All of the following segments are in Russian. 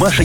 Маша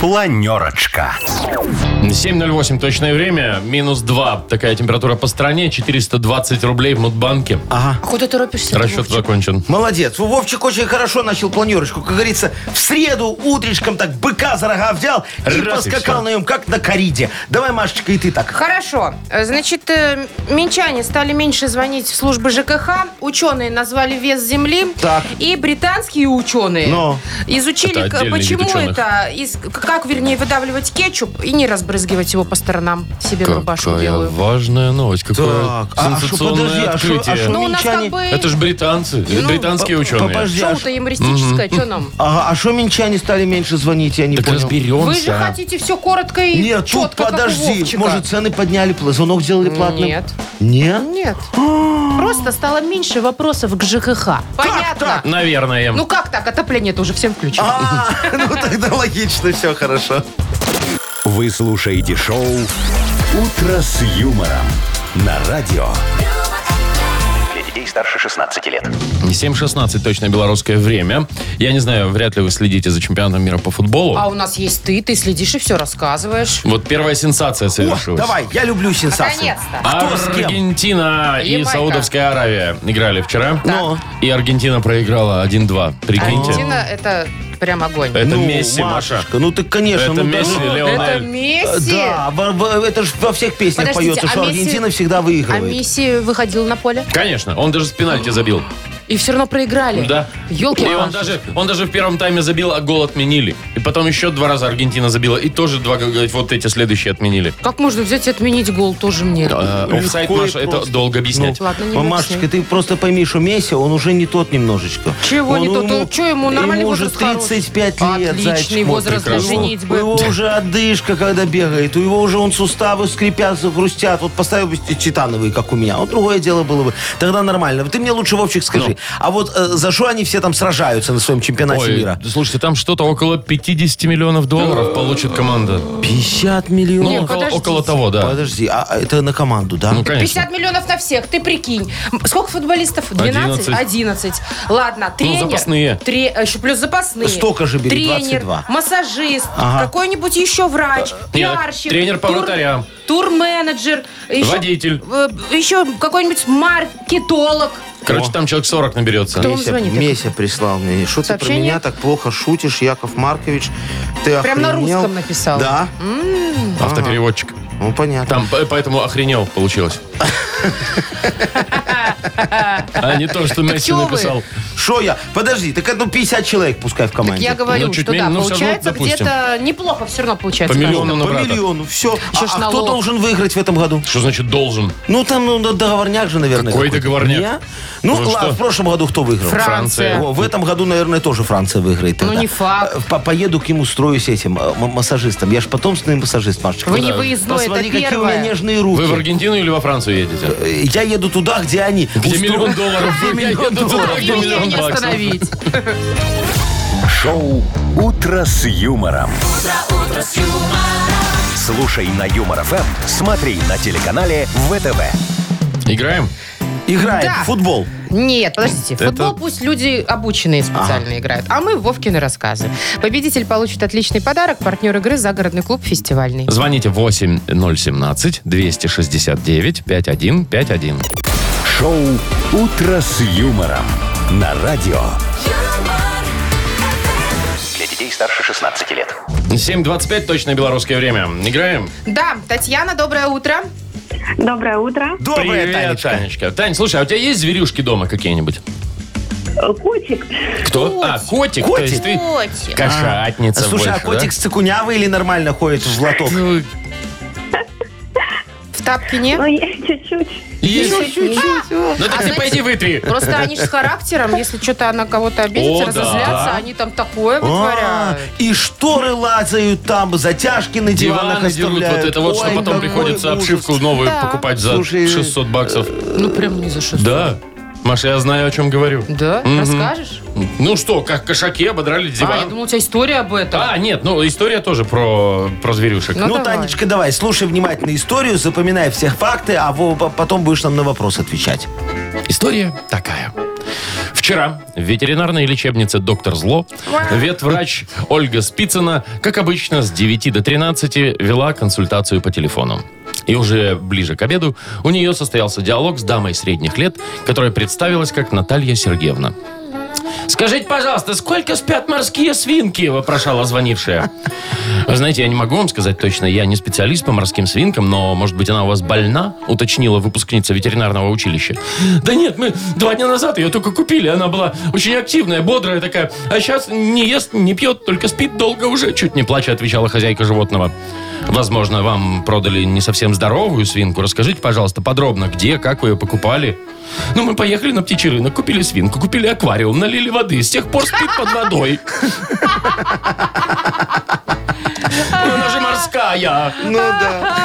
Планерочка. 7.08 точное время, минус 2. Такая температура по стране, 420 рублей в Мудбанке. Куда А ты торопишься? Расчет закончен. Молодец. Во, Вовчик очень хорошо начал планерочку. Как говорится, в среду утречком так быка за рога взял и Раз и поскакал всё. на нем, как на кориде. Давай, Машечка, и ты так. Хорошо. Э, Значит, э, минчане стали меньше звонить в службы ЖКХ. Ученые назвали вес Земли. Так. И британские ученые Но. Это изучили, к- отдельный почему вид ученых. это, из- к- как, вернее, выдавливать кетчуп и не разбрызгивать его по сторонам. Себе в рубашку Какая делаю. важная новость, какое Так, а шо, подожди, сенсационное а шо- а открытие. шо Ну, у нас Минчане- как бы Это же британцы, Ну, британские ученые. Подожди, а шоу-то шо- юмористическое, что нам? Ага, а что минчане стали меньше звонить, я не Так понял. Вы же разберемся. хотите все коротко и Нет, тут четко, как у подожди. Вовчика. Может, цены подняли, пла- звонок сделали платным? Нет. Нет? Нет. Просто стало меньше вопросов к ЖКХ. Понятно. Наверное. Ну как так? Отопление-то уже всем включено. А, ну тогда логично, все хорошо. Вы слушаете шоу «Утро с юмором» на радио. Для детей старше 16 лет. 7.16 точно белорусское время. Я не знаю, вряд ли вы следите за чемпионатом мира по футболу. А у нас есть ты, ты следишь и все рассказываешь. Вот первая сенсация О, совершилась. давай, я люблю сенсации. Наконец-то. Кто с кем? Аргентина и Ямайка. Саудовская Аравия играли вчера. Ну. И Аргентина проиграла 1-2. Прикиньте. Аргентина это прям огонь. Это Ну, Месси, Маша. Машечка, Ну ты, конечно. Это ну, да Месси, ну. э, Это Леональ. Месси. Да, во- во- это же во всех песнях Подождите, поется, что а Месси- Аргентина всегда А выигрывает. Месси выходил на поле Конечно, он даже с пенальти забил. и все равно проиграли. Да. Елки и он даже, он даже в первом тайме забил, а гол отменили. И потом еще два раза Аргентина забила. И тоже два, как говорить, вот эти следующие отменили. Как можно взять и отменить гол, тоже мне. Э, Легко офсайд, и Маша, это Ну, просто. Ну, долго объяснять. Ладно, не Мамашечка, мучай. ты просто пойми, что Месси, он уже не тот немножечко. Чего Он не тот? Он чё, ему нормальный ему уже возраст хороший? 35 лет, Отличный зайчик мой возраст для прекрасный. женитьбы. У него уже одышка, когда бегает. У него уже он суставы скрипят, загрустят. Вот поставил бы титановые, как у меня. Вот другое дело было бы. Тогда нормально. Ты мне лучше, Вовчик, скажи. Ну. А вот э, за что они все там сражаются на своем чемпионате Ой, мира? слушайте, там что-то около 50 миллионов долларов получит команда. 50 Ну, миллионов. около, подождите. около того, да. Подожди, а а это на команду, да? Ну, конечно. 50 миллионов на всех, ты прикинь. М, Сколько футболистов? 12? 11. Ладно, тренер. запасные. тре- а, еще плюс запасные. Столько же бери, Тренер, 22. массажист, Ага. какой-нибудь еще врач, Э, Нет, пиарщик. тренер по вратарям. Турменеджер. еще- Водитель. э, еще какой-нибудь маркетолог. Короче, там человек 40 наберется. Кто вам Меся, звонит? Меся прислал мне. Что ты про Сообщение? меня так плохо шутишь, Яков Маркович? Ты Прям на охренел? русском написал. Да, Автопереводчик. ну понятно. Там э, поэтому охренел получилось. А не то, что Месси чё вы? написал. Что я? Подожди, так это ну, 50 человек пускай в Так команде. я говорю, Ну, чуть что меньше, да, ну, всё равно, получается допустим. где-то неплохо все равно получается. По кажется. миллиону на По брата. миллиону, все. Еще ж а кто налог. должен выиграть в этом году? Что значит должен? Ну, там ну, договорняк же, наверное. Какой какой-то. договорняк? Не? Ну, Вы ладно, что? в прошлом году кто выиграл? Франция. Франция. О, в этом году, наверное, тоже Франция выиграет. Ну, тогда. не факт. Э, по- Поеду к нему строюсь этим, э, м- массажистом. Я же потомственный массажист, Машечка. Вы не выездной, Посмотри, это какие у меня первое. нежные руки. Вы в Аргентину или во Францию едете? Э, Я еду туда, где они. Где Устро- миллион долларов? Где Я миллион еду туда, долларов? где Вы меня миллион не баксов. остановить. Шоу «Утро с юмором». Слушай на Юмор ФМ, смотри на телеканале ВТВ. Играем? Играем Да. в футбол. Нет, подождите. в Это- Футбол пусть люди обученные специально играют. А мы в Вовкины рассказы. Победитель получит отличный подарок. Партнер игры «Загородный клуб фестивальный». Звоните 8017-269-5151. Шоу «Утро с юмором» на радио. юмор, Для детей старше 16 лет. 7.25, точное белорусское время. Играем? Да, Татьяна, доброе утро. Доброе утро. Доброе, Привет, Танечка. Танечка. Тань, слушай, а у тебя есть зверюшки дома какие-нибудь? Э, Котик. Кто? А, котик. То Ну Котик. есть ты Котик. кошатница А, Слушай, а больше, да? котик цикунявый или нормально ходит в лоток? Ну, В тапке нет? Ну, я чуть-чуть. Есть. Ну А так ты знаете, пойди вытри. Просто они же с характером, если что-то она кого-то обидит, О, разозлятся, да. они там такое А, вытворяют. и шторы лазают там, затяжки на диванах Диваны дерут, вот оставляют. это вот, что Ой, потом какой приходится ужас. обшивку ну. новую Да. покупать за Слушай, 600 баксов. Ну, прям не за 600. Да. Маша, я знаю, о чем говорю. Да? Расскажешь? Ну что, как кошаки ободрали А, я диван. думала, у тебя история об этом. А, нет, ну история тоже про, про зверюшек. Ну, Ну, давай. Танечка, давай, слушай внимательно историю, запоминай все факты, а во- по- потом будешь нам на вопрос отвечать. История такая. Вчера в ветеринарной лечебнице «Доктор Зло» ветврач Ольга Спицына, как обычно, с 9 до 13 вела консультацию по телефону. И уже ближе к обеду у нее состоялся диалог с дамой средних лет, которая представилась как Наталья Сергеевна. «Скажите, пожалуйста, сколько спят морские свинки?» – вопрошала звонившая. Вы Знаете, я не могу вам сказать точно, я не специалист по морским свинкам, но, может быть, она у вас больна? Уточнила выпускница ветеринарного училища. Да нет, мы два дня назад ее только купили, она была очень активная, бодрая такая, а сейчас не ест, не пьет, только спит долго уже, чуть не плача, отвечала хозяйка животного. Возможно, вам продали не совсем здоровую свинку. Расскажите, пожалуйста, подробно, где, как вы ее покупали? Ну, мы поехали на птичий рынок, купили свинку, купили аквариум, налили воды. С тех пор спит под водой. Ну, Она же морская. Ну да.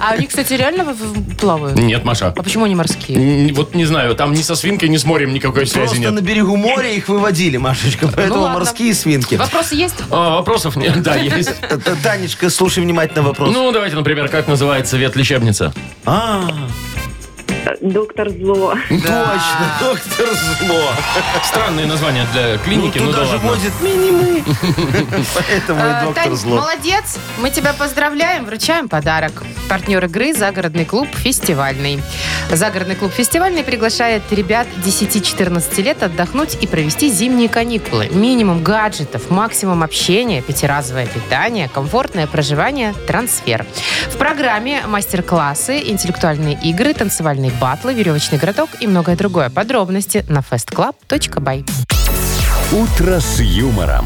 А они, кстати, реально в- в- плавают? Нет, Маша. А почему они морские? Н- Вот не знаю, там ни со свинкой, ни с морем никакой связи Просто на нет. берегу моря их выводили, Машечка, поэтому Ну ладно. морские свинки. Вопросы есть? А, Вопросов нет, да, есть. Т- т- Танечка, слушай внимательно вопрос. Ну, давайте, например, как называется ветлечебница? А, Э, Доктор зло. точно, доктор зло. Странное название для клиники, ну туда да же ладно. возят минимы. Поэтому и Э, доктор Тань, зло. молодец. Мы тебя поздравляем, вручаем подарок. Партнер игры «Загородный клуб фестивальный». «Загородный клуб фестивальный» приглашает ребят 10-14 лет отдохнуть и провести зимние каникулы. Минимум гаджетов, максимум общения, пятиразовое питание, комфортное проживание, трансфер. В программе мастер-классы, интеллектуальные игры, танцевальные батлы, веревочный городок и многое другое. Подробности на festclub.by. «Утро с юмором»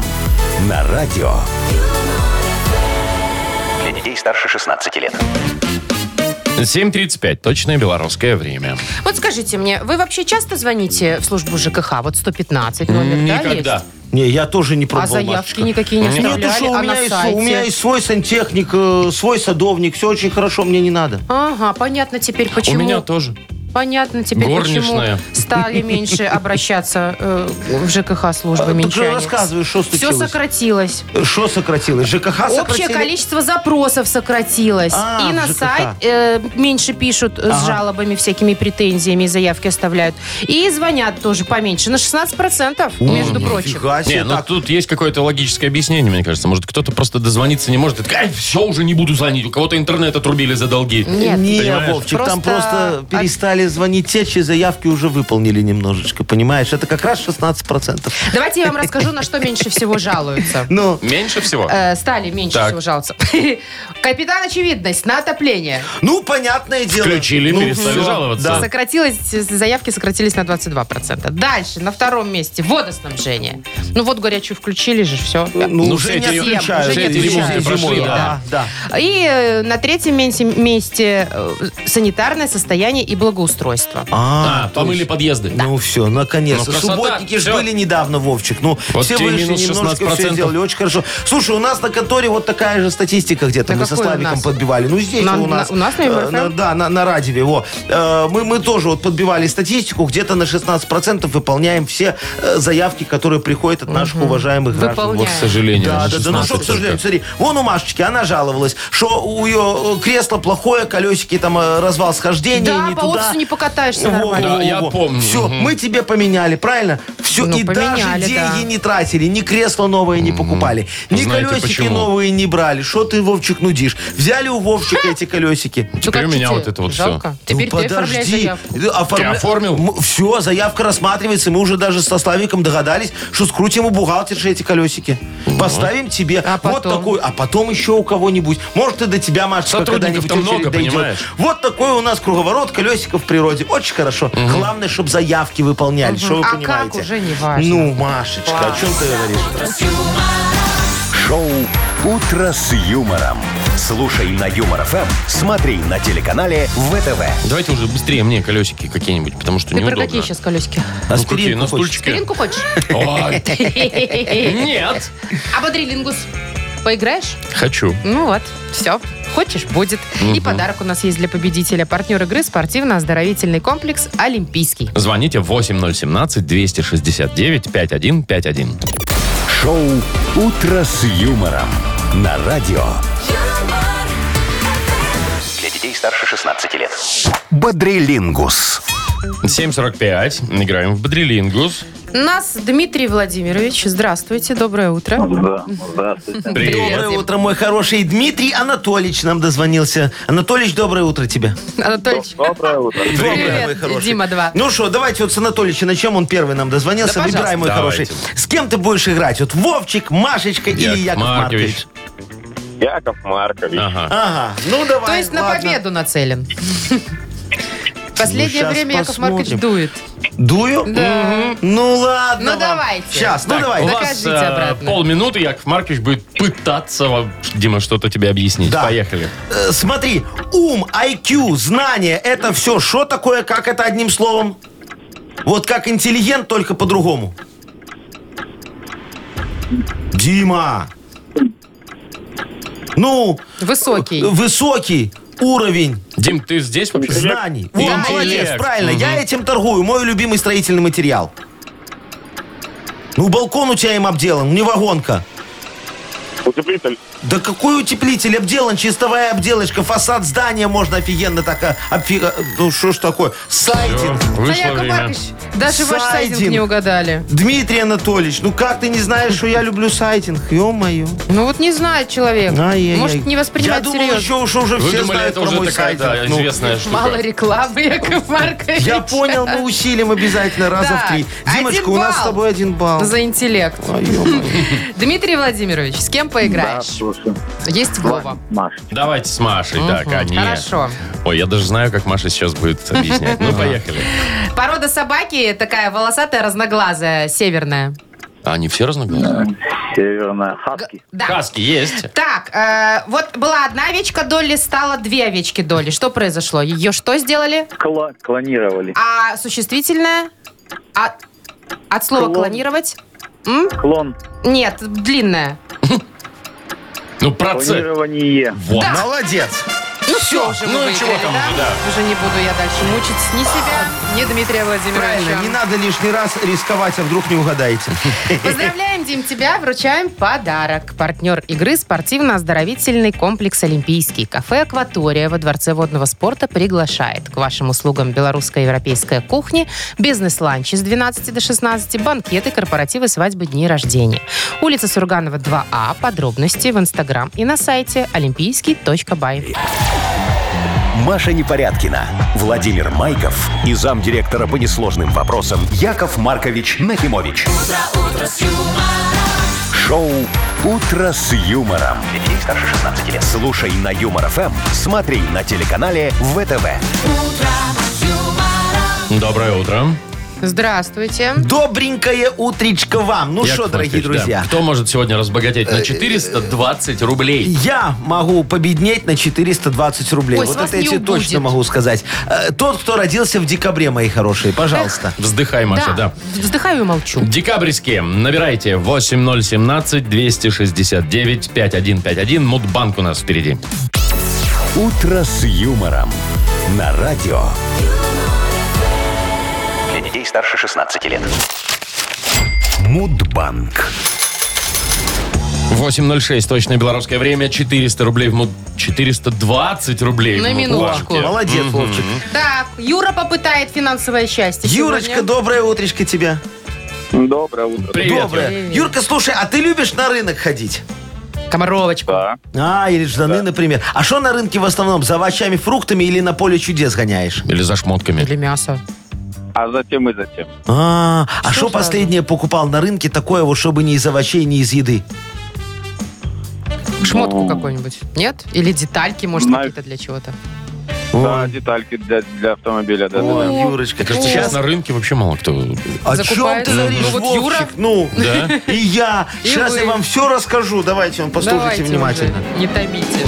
на радио. Для детей старше 16 лет. 7.35, точное белорусское время. Вот скажите мне, вы вообще часто звоните в службу ЖКХ? Вот 115 номер, да, есть? Никогда. Не, я тоже не А пробовал, заявки Машечка. никакие не Нет, ты оставляли, что, у а на меня, есть, сайте? у меня есть свой сантехник, э, свой садовник, все очень хорошо, мне не надо. Ага, понятно теперь, У почему. меня тоже. Понятно теперь, Горничная. почему стали меньше обращаться э, в ЖКХ службы А, так минчане. рассказывай, что Все случилось? сократилось. Что сократилось? ЖКХ Общее сократили? количество запросов сократилось. А, и на в ЖКХ. сайт э, меньше пишут э, с Ага. жалобами, всякими претензиями, заявки оставляют. И звонят тоже поменьше, на 16%, между прочим. Нифига себе, Не, ну А так. тут есть какое-то логическое объяснение, мне кажется. Может, кто-то просто дозвониться не может. и такой, Ай, все, уже не буду звонить. У кого-то интернет отрубили за долги. Ну, Нет, не, понимаешь? Вовчик, там Просто- просто перестали звонить те, чьи заявки уже выполнили немножечко, понимаешь? Это как раз 16%. Давайте я вам расскажу, на что меньше всего жалуются. Ну, Меньше всего? Э, Стали меньше Так. всего жаловаться. Капитан Очевидность на отопление. ну, понятное дело. Включили, Ну, перестали всё, жаловаться. да. Сократилось, заявки сократились на 22%. Дальше, на втором месте, водоснабжение. Ну вот горячую включили же, все. Ну, Ну, уже все не эти- отключают. все эти ремонты Зимой, прошли, да. да. И э, на третьем менсе- месте э, санитарное состояние и благоустройство. Ну, А, то помыли есть- подъезды. Ну все, Ну, наконец-то. красота, Субботники же всё. были недавно, Вовчик. Ну, Вот все тебе вышли, минус немножко 16%. все сделали. Очень хорошо. Слушай, у нас на конторе вот такая же статистика где-то. Да мы со какой у Славиком нас? подбивали. Ну, здесь На- у на- нас. у нас на э, МРФ? Да, на, на радиве. Во. Э, Мы, мы тоже вот подбивали статистику. Где-то на 16% выполняем все э, заявки, которые приходят от наших уважаемых граждан. Выполняем. Вот. К сожалению. Да, на да, да, ну что, 16 к сожалению, только. смотри, вон у Машечки, она жаловалась, что у ее э, кресло плохое, колесики там э, развал схождения, Да, не по туда, офису не покатаешься нормально. Да, я помню. Все, Мгм. мы тебе поменяли, правильно? Все, Ну, и поменяли, даже деньги да. не тратили, ни кресло новое не покупали, ни Знаете колесики почему? новые не брали. Что ты, Вовчик, нудишь? Взяли у Вовчика эти колесики. Ну, Теперь у как меня тебе? вот это вот всё. ну, Жалко. Теперь Ну, ты оформляй заявку. Ты оформил? Все, заявка рассматривается. Мы уже даже со Славиком догадались, что скрутим у бухгалтерши эти колесики. Поставим тебе А вот потом? такой, а потом еще у кого-нибудь. Может, и до тебя, Машечка, Сотрудников когда-нибудь там очередь много, дойдет. понимаешь? Вот такой у нас круговорот колесиков в природе. Очень хорошо. Главное, чтобы заявки выполняли, что вы А как, понимаете. уже не важно. Ну, Машечка, о чем ты говоришь? Шоу «Утро с юмором». Слушай на Юмор ФМ, смотри на телеканале ВТВ. Давайте уже быстрее мне колесики какие-нибудь, потому что Ты про неудобно. какие сейчас колесики? Ну, Аспиринку какие, на хочешь? стульчике? Спиринку хочешь? Ой, Нет. А бодрилингус? Поиграешь? Хочу. Ну вот, все. Хочешь, будет. И подарок у нас есть для победителя. Партнер игры спортивно-оздоровительный комплекс «Олимпийский». Звоните 8017-269-5151. Шоу «Утро с юмором» на радио. юмор, Для детей старше 16 лет. Бодрилингус. 7.45. Играем в Бодрилингус. Нас Дмитрий Владимирович. Здравствуйте, доброе утро. здравствуйте. Привет. Доброе утро, мой хороший Дмитрий Анатольевич нам дозвонился. Анатольевич, доброе утро тебе. Анатольевич. Доброе утро. Доброе, Привет, мой хороший. Дима два. Ну что, давайте вот с Анатольевича начнем. Он первый нам дозвонился. Да, Выбирай, мой пожалуйста. хороший. С кем ты будешь играть? Вот Вовчик, Машечка или Яков Яков Маркович? Маркович. Яков Маркович. Ага. Ага, ну давай. То есть на ладно. Ну, победу нацелен. Последнее щас время Яков Маркович посмотрим. дует. Дую? Да. Мгм. Ну ладно. Ну, давайте. Сейчас, ну Так, давай. У да. вас Докажите э, обратно. полминуты, Яков Маркович будет пытаться вам, Дима, что-то тебе объяснить. Да. Поехали. Э, смотри, ум, IQ, знание, это все. Что такое, как это одним словом? Вот как интеллигент, только по-другому. Дима. Ну, Высокий. высокий уровень Дим, ты здесь вообще? знаний. О, Интеллект. молодец, правильно. Я Мгм. этим торгую. Мой любимый строительный материал. Ну, балкон у тебя им обделан, не вагонка. Утеплитель. Да какой утеплитель обделан, чистовая обделочка, фасад здания можно офигенно так а, обфи- а, Ну, что ж такое? Всё, Сайдинг. Да, Вышло Яков время. Маркович, даже ваш сайдинг Сайдинг. не угадали. Дмитрий Анатольевич, ну как ты не знаешь, что я люблю сайдинг? Ё-моё. Ну вот не знает человек. Ай-яй-яй. Может, не Я воспринимает думал, серьезно. еще, что уже Вы все думали, знают это про уже мой такая да, сайдинг. Ну, известная штука. Мало рекламы, Яков Маркович. я понял, мы усилим обязательно раза Да. в три. Один Димочка, у нас с балл. тобой один балл. За интеллект. А, ё-моё. Димитрий Владимирович, с кем поиграешь? слушаю. Есть Вова. Маша. Давайте с Машей, да, Мгм, конечно. Хорошо. Ой, я даже знаю, как Маша сейчас будет объяснять. Ну, поехали. Порода собаки такая волосатая, разноглазая, северная. А Они все разногласны? Северная. Хаски. Да. Хаски есть. Так, э, вот была одна овечка Долли, стала две овечки Долли. Что произошло? Ее что сделали? Кла- клонировали. А существительное? А- от слова Клон. клонировать? М? Клон. Нет, длинное. Ну, процесс. Клонирование. Вот. Да. Молодец. Ну все, уже ну, мы чего выиграли, там да? уже, да. Уже не буду я дальше мучить ни себя, ни Дмитрия Правильно, не Владимировича. надо лишний раз рисковать, а вдруг не угадаете. Поздравляем, Дим, тебя. Вручаем подарок. Партнер игры спортивно-оздоровительный комплекс «Олимпийский». Кафе «Акватория» во Дворце водного спорта приглашает. К вашим услугам белорусская и европейская кухни, бизнес-ланчи с 12 до 16, банкеты, корпоративы, свадьбы, дни рождения. Улица Сурганова, 2А. Подробности в Инстаграм и на сайте олимпийский.бай. Маша Непорядкина, Владимир Майков и замдиректора по несложным вопросам Яков Маркович Нахимович. Шоу «Утро с юмором». Для детей старше 16 лет. Слушай на Юмор ФМ, смотри на телеканале ВТВ. Доброе утро. Здравствуйте. Добренькое утречко вам. Ну Яков что, дорогие Маркович, да. друзья. Кто может сегодня разбогатеть на 420 рублей? Я могу победнеть на 420 рублей. Ой, с вот вас это не я тебе убудет. точно могу сказать. Э, Тот, кто родился в декабре, мои хорошие, пожалуйста. Вздыхай, Маша, да. Вздыхаю и молчу. Декабрьские. Набирайте 8017-269-5151. Мудбанк у нас впереди. «Утро с юмором» на радио. Для детей старше 16 лет. Мудбанк. 8.06, точное белорусское время, 400 рублей в муд... 420 рублей На в минуточку. мудбанке. Молодец, Вовчик. Так, Юра попытает финансовое счастье Юрочка, сегодня. доброе утречко тебе. Доброе утро. Привет, доброе. Юра. Юрка, слушай, а ты любишь на рынок ходить? Комаровочку. Да. А, или жданы, например. А что на рынке в основном? За овощами, фруктами или на поле чудес гоняешь? Или за шмотками. Или мясо. А затем и затем. А, а Что что сразу? последнее покупал на рынке такое вот, чтобы не из овощей, не из еды? Шмотку какую-нибудь. Нет? Или детальки, может, На- какие-то для чего-то. Да, детальки для, для автомобиля. Да, да, Ой, да. Юрочка, Сейчас на рынке вообще мало кто... О чем закупает. ты Ну, говоришь, вот Вовчик? Юра. Ну, Да? и я. И Сейчас вы. я вам все расскажу. Давайте, он послушайте Давайте уже, внимательно. не томите.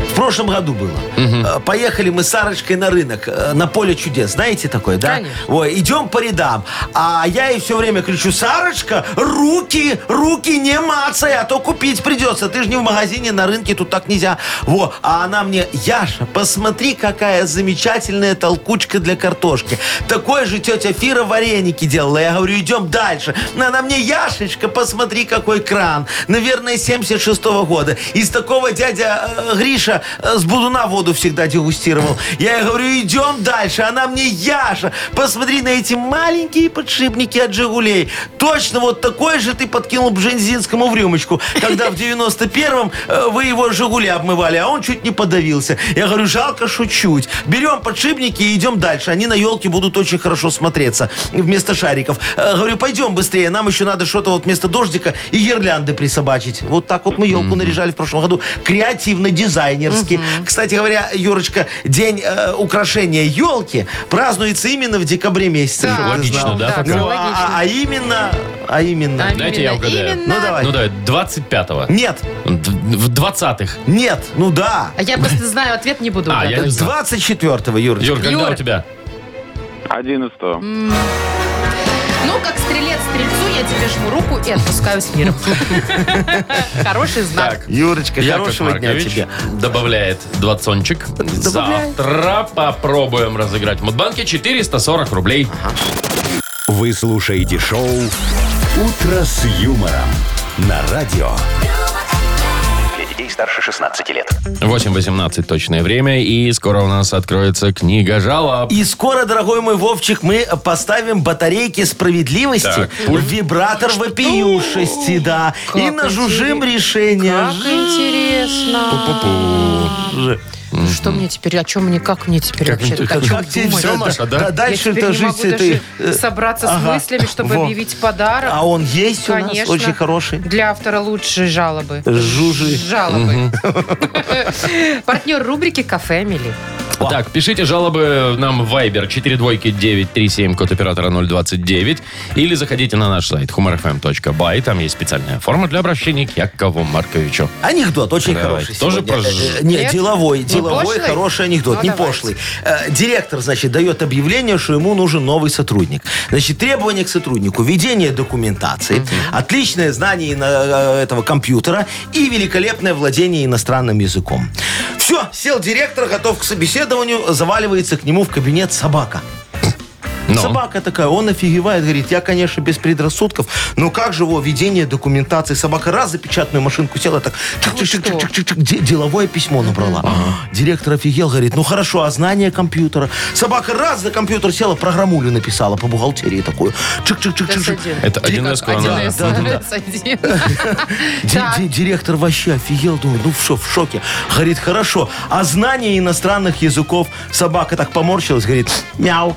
В прошлом году было. Э, Поехали мы с Сарочкой на рынок, э, на поле чудес. Знаете такое, да? Конечно. Ой, идем по рядам. А я ей все время кричу, Сарочка, руки, руки не мацай, а то купить придется. Ты же не в магазине, на рынке, тут так нельзя. Во, а она мне, Яша, посмотри, какая замечательная толкучка для картошки. Такой же тетя Фира вареники делала. Я говорю, идем дальше. Она мне, Яшечка, посмотри, какой кран. Наверное, 76 года. Из такого дядя э, Гриша э, с будуна воду всегда дегустировал. Я ей говорю, идем дальше. Она мне, Яша, посмотри на эти маленькие подшипники от «Жигулей». Точно вот такой же ты подкинул Бжензинскому в рюмочку, когда в 91-м э, вы его «Жигули» обмывали, а он чуть не подавился. Я говорю, жалко, что чуть. Берем подшипники и идем дальше. Они на елке будут очень хорошо смотреться вместо шариков. Э, Говорю, пойдем быстрее, нам еще надо что-то вот вместо дождика и гирлянды присобачить. Вот так вот мы елку наряжали в прошлом году. Креативно-дизайнерски. Кстати говоря, Юрочка, день э, украшения елки празднуется именно в декабре месяце. Да. чтоб ты Логично, знал. да, Да, фактически? Ну, а, а- а именно, а именно. А Дайте я именно, угадаю. именно. Ну давай. Ну да, 25-го. Нет, Д- В 20-х. нет, ну да. А я просто знаю, ответ не буду А, я угадывать. не знаю. 24-го, Юрочка. Юр, когда Юр. у тебя? 11 Ну, как стрелец стрельцу, я тебе жму руку и отпускаю с миром. Хороший знак. Так. Юрочка, Яков хорошего Маркович дня тебе. добавляет двадцончик. Завтра попробуем разыграть в Мудбанке 440 рублей. Вы слушаете шоу «Утро с юмором» на радио. Для детей старше 16 лет. 8.18 точное время, и скоро у нас откроется книга жалоб. И скоро, дорогой мой Вовчик, мы поставим батарейки справедливости Так. в вибратор вопиюшести, да. Как и нажужим решение. Как интересно. Что мне теперь, о чем мне, как мне теперь Как вообще? мне- о чем Как тебе думать? всё, Маша, да? Я дальше теперь это не жить могу с этой... даже э, собраться с ага, мыслями, чтобы во. объявить подарок. А он есть у нас, Конечно. очень хороший. Для автора лучшие жалобы. Жужи. Жалобы. Партнер рубрики «Кафе Эмили». Так, пишите жалобы нам в Viber 42937, код оператора 029, или заходите на наш сайт humorfm.by, там есть специальная форма для обращения к Якову Марковичу. Анекдот очень Давайте. хороший. Тоже сегодня. про Э, ж- э, Не, Нет? деловой, Не деловой, пошлый? хороший анекдот, Ну, не давайте. пошлый. Э, Директор, значит, дает объявление, что ему нужен новый сотрудник. Значит, требования к сотруднику, ведение документации, отличное знание ино- э, этого компьютера и великолепное владение иностранным языком. Все, сел директор, готов к собеседованию, заваливается к нему в кабинет собака. Ну. Собака такая, он офигевает, говорит, я, конечно, без предрассудков, но как же его ведение документации? Собака раз за печатную машинку села, так чик чик чик чик чик деловое письмо набрала. Директор офигел, говорит, ну хорошо, а знание компьютера? Собака раз за компьютер села, программулю написала по бухгалтерии такую. Чик-чик-чик-чик. Это 1С Как она 1С, да, да, да. 1С. Ди- Так. ди- Директор вообще офигел, думает, ну все, в шоке. Говорит, хорошо, а знание иностранных языков? Собака так поморщилась, говорит, мяу.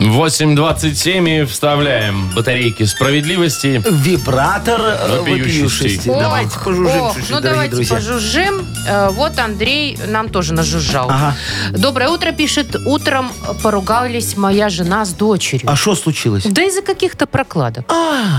8.27 и вставляем батарейки справедливости. Вибратор э, Вопиющести. вопиющести. Ох, Давайте пожужжим ох, чуть-чуть, Ну дорогие давайте друзья. пожужжим. Э, Вот Андрей нам тоже нажужжал. Ага. Доброе утро, пишет. Утром поругались моя жена с дочерью. А что случилось? Да из-за каких-то прокладок.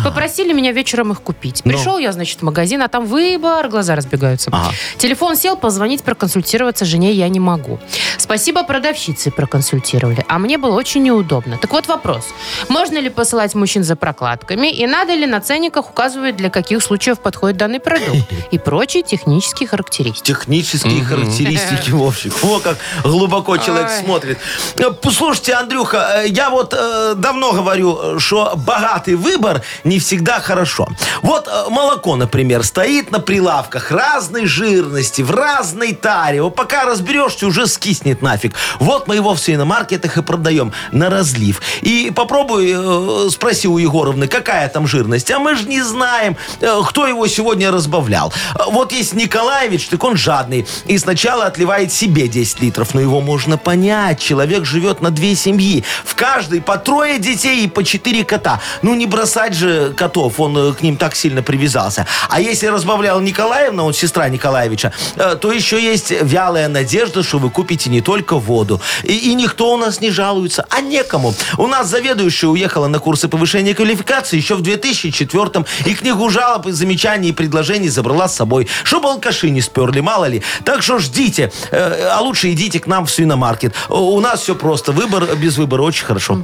Попросили меня вечером их купить. Пришел я, значит, в магазин, а там выбор, глаза разбегаются. Ну. Ага. Телефон сел, позвонить, проконсультироваться жене я не могу. Спасибо продавщице проконсультировали, а мне было очень неудобно. Так вот вопрос. Можно ли посылать мужчин за прокладками и надо ли на ценниках указывать, для каких случаев подходит данный продукт и прочие технические характеристики? Технические характеристики Вовчик. Во как глубоко человек Ай. смотрит. Э, Послушайте, Андрюха, э, я вот э, давно говорю, э, что богатый выбор не всегда хорошо. Вот э, молоко, например, стоит на прилавках разной жирности, в разной таре. Вот пока разберешься, уже скиснет нафиг. Вот мы его все на маркетах и продаем на разлив. И попробуй э, спроси у Егоровны, какая там жирность. А мы же не знаем, э, кто его сегодня разбавлял. Э, Вот есть Николаевич, так он жадный. И сначала отливает себе 10 литров. Но его можно понять. Человек живет на две семьи. В каждой по трое детей и по четыре кота. Ну, не бросать же котов. Он э, к ним так сильно привязался. А если разбавлял Николаевна, он сестра Николаевича, э, то еще есть вялая надежда, что вы купите не только воду. И, и никто у нас не жалуется, а некому. У нас заведующая уехала на курсы повышения квалификации еще в 2004 и книгу жалоб и замечаний и предложений забрала с собой, чтобы алкаши не сперли, мало ли. Так что ждите, э, а лучше идите к нам в свиномаркет. У у нас все просто, выбор э, без выбора очень хорошо.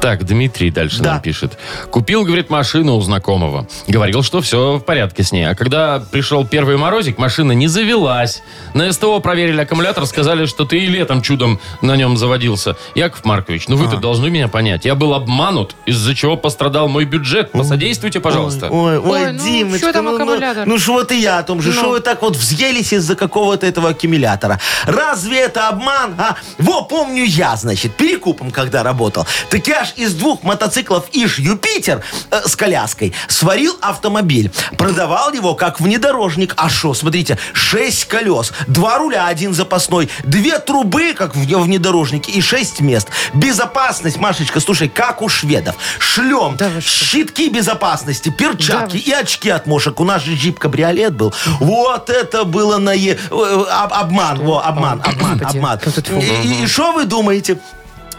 Так, Дмитрий дальше Да. нам пишет. Купил, говорит, машину у знакомого. Говорил, что все в порядке с ней. А когда пришел первый морозик, машина не завелась. На СТО проверили аккумулятор, сказали, что ты и летом чудом на нем заводился. Яков Маркович, ну А. вы-то должны меня понять. Я был обманут, из-за чего пострадал мой бюджет. Посодействуйте, пожалуйста. Ой, ой, Ой, ну, Димочка, чё там ну, ну, аккумулятор? Ну, что вот и я о том же, что вы так вот взъелись из-за какого-то этого аккумулятора. Разве это обман? А? Во, помню я, значит, перекупом когда работал. Так я ж из двух мотоциклов Иж Юпитер э, с коляской сварил автомобиль. Продавал его как внедорожник. А что, смотрите, шесть колес, два руля, один запасной, две трубы, как в в внедорожнике, и шесть мест. Безопасность, Машечка, слушай, как у шведов. Шлем, Да вы что? щитки безопасности, Да перчатки вы и очки от мошек. У нас же джип-кабриолет был. Вот это было на... е- э, об- обман, во, обман, обман, Господи, обман. как это фу. И что вы думаете?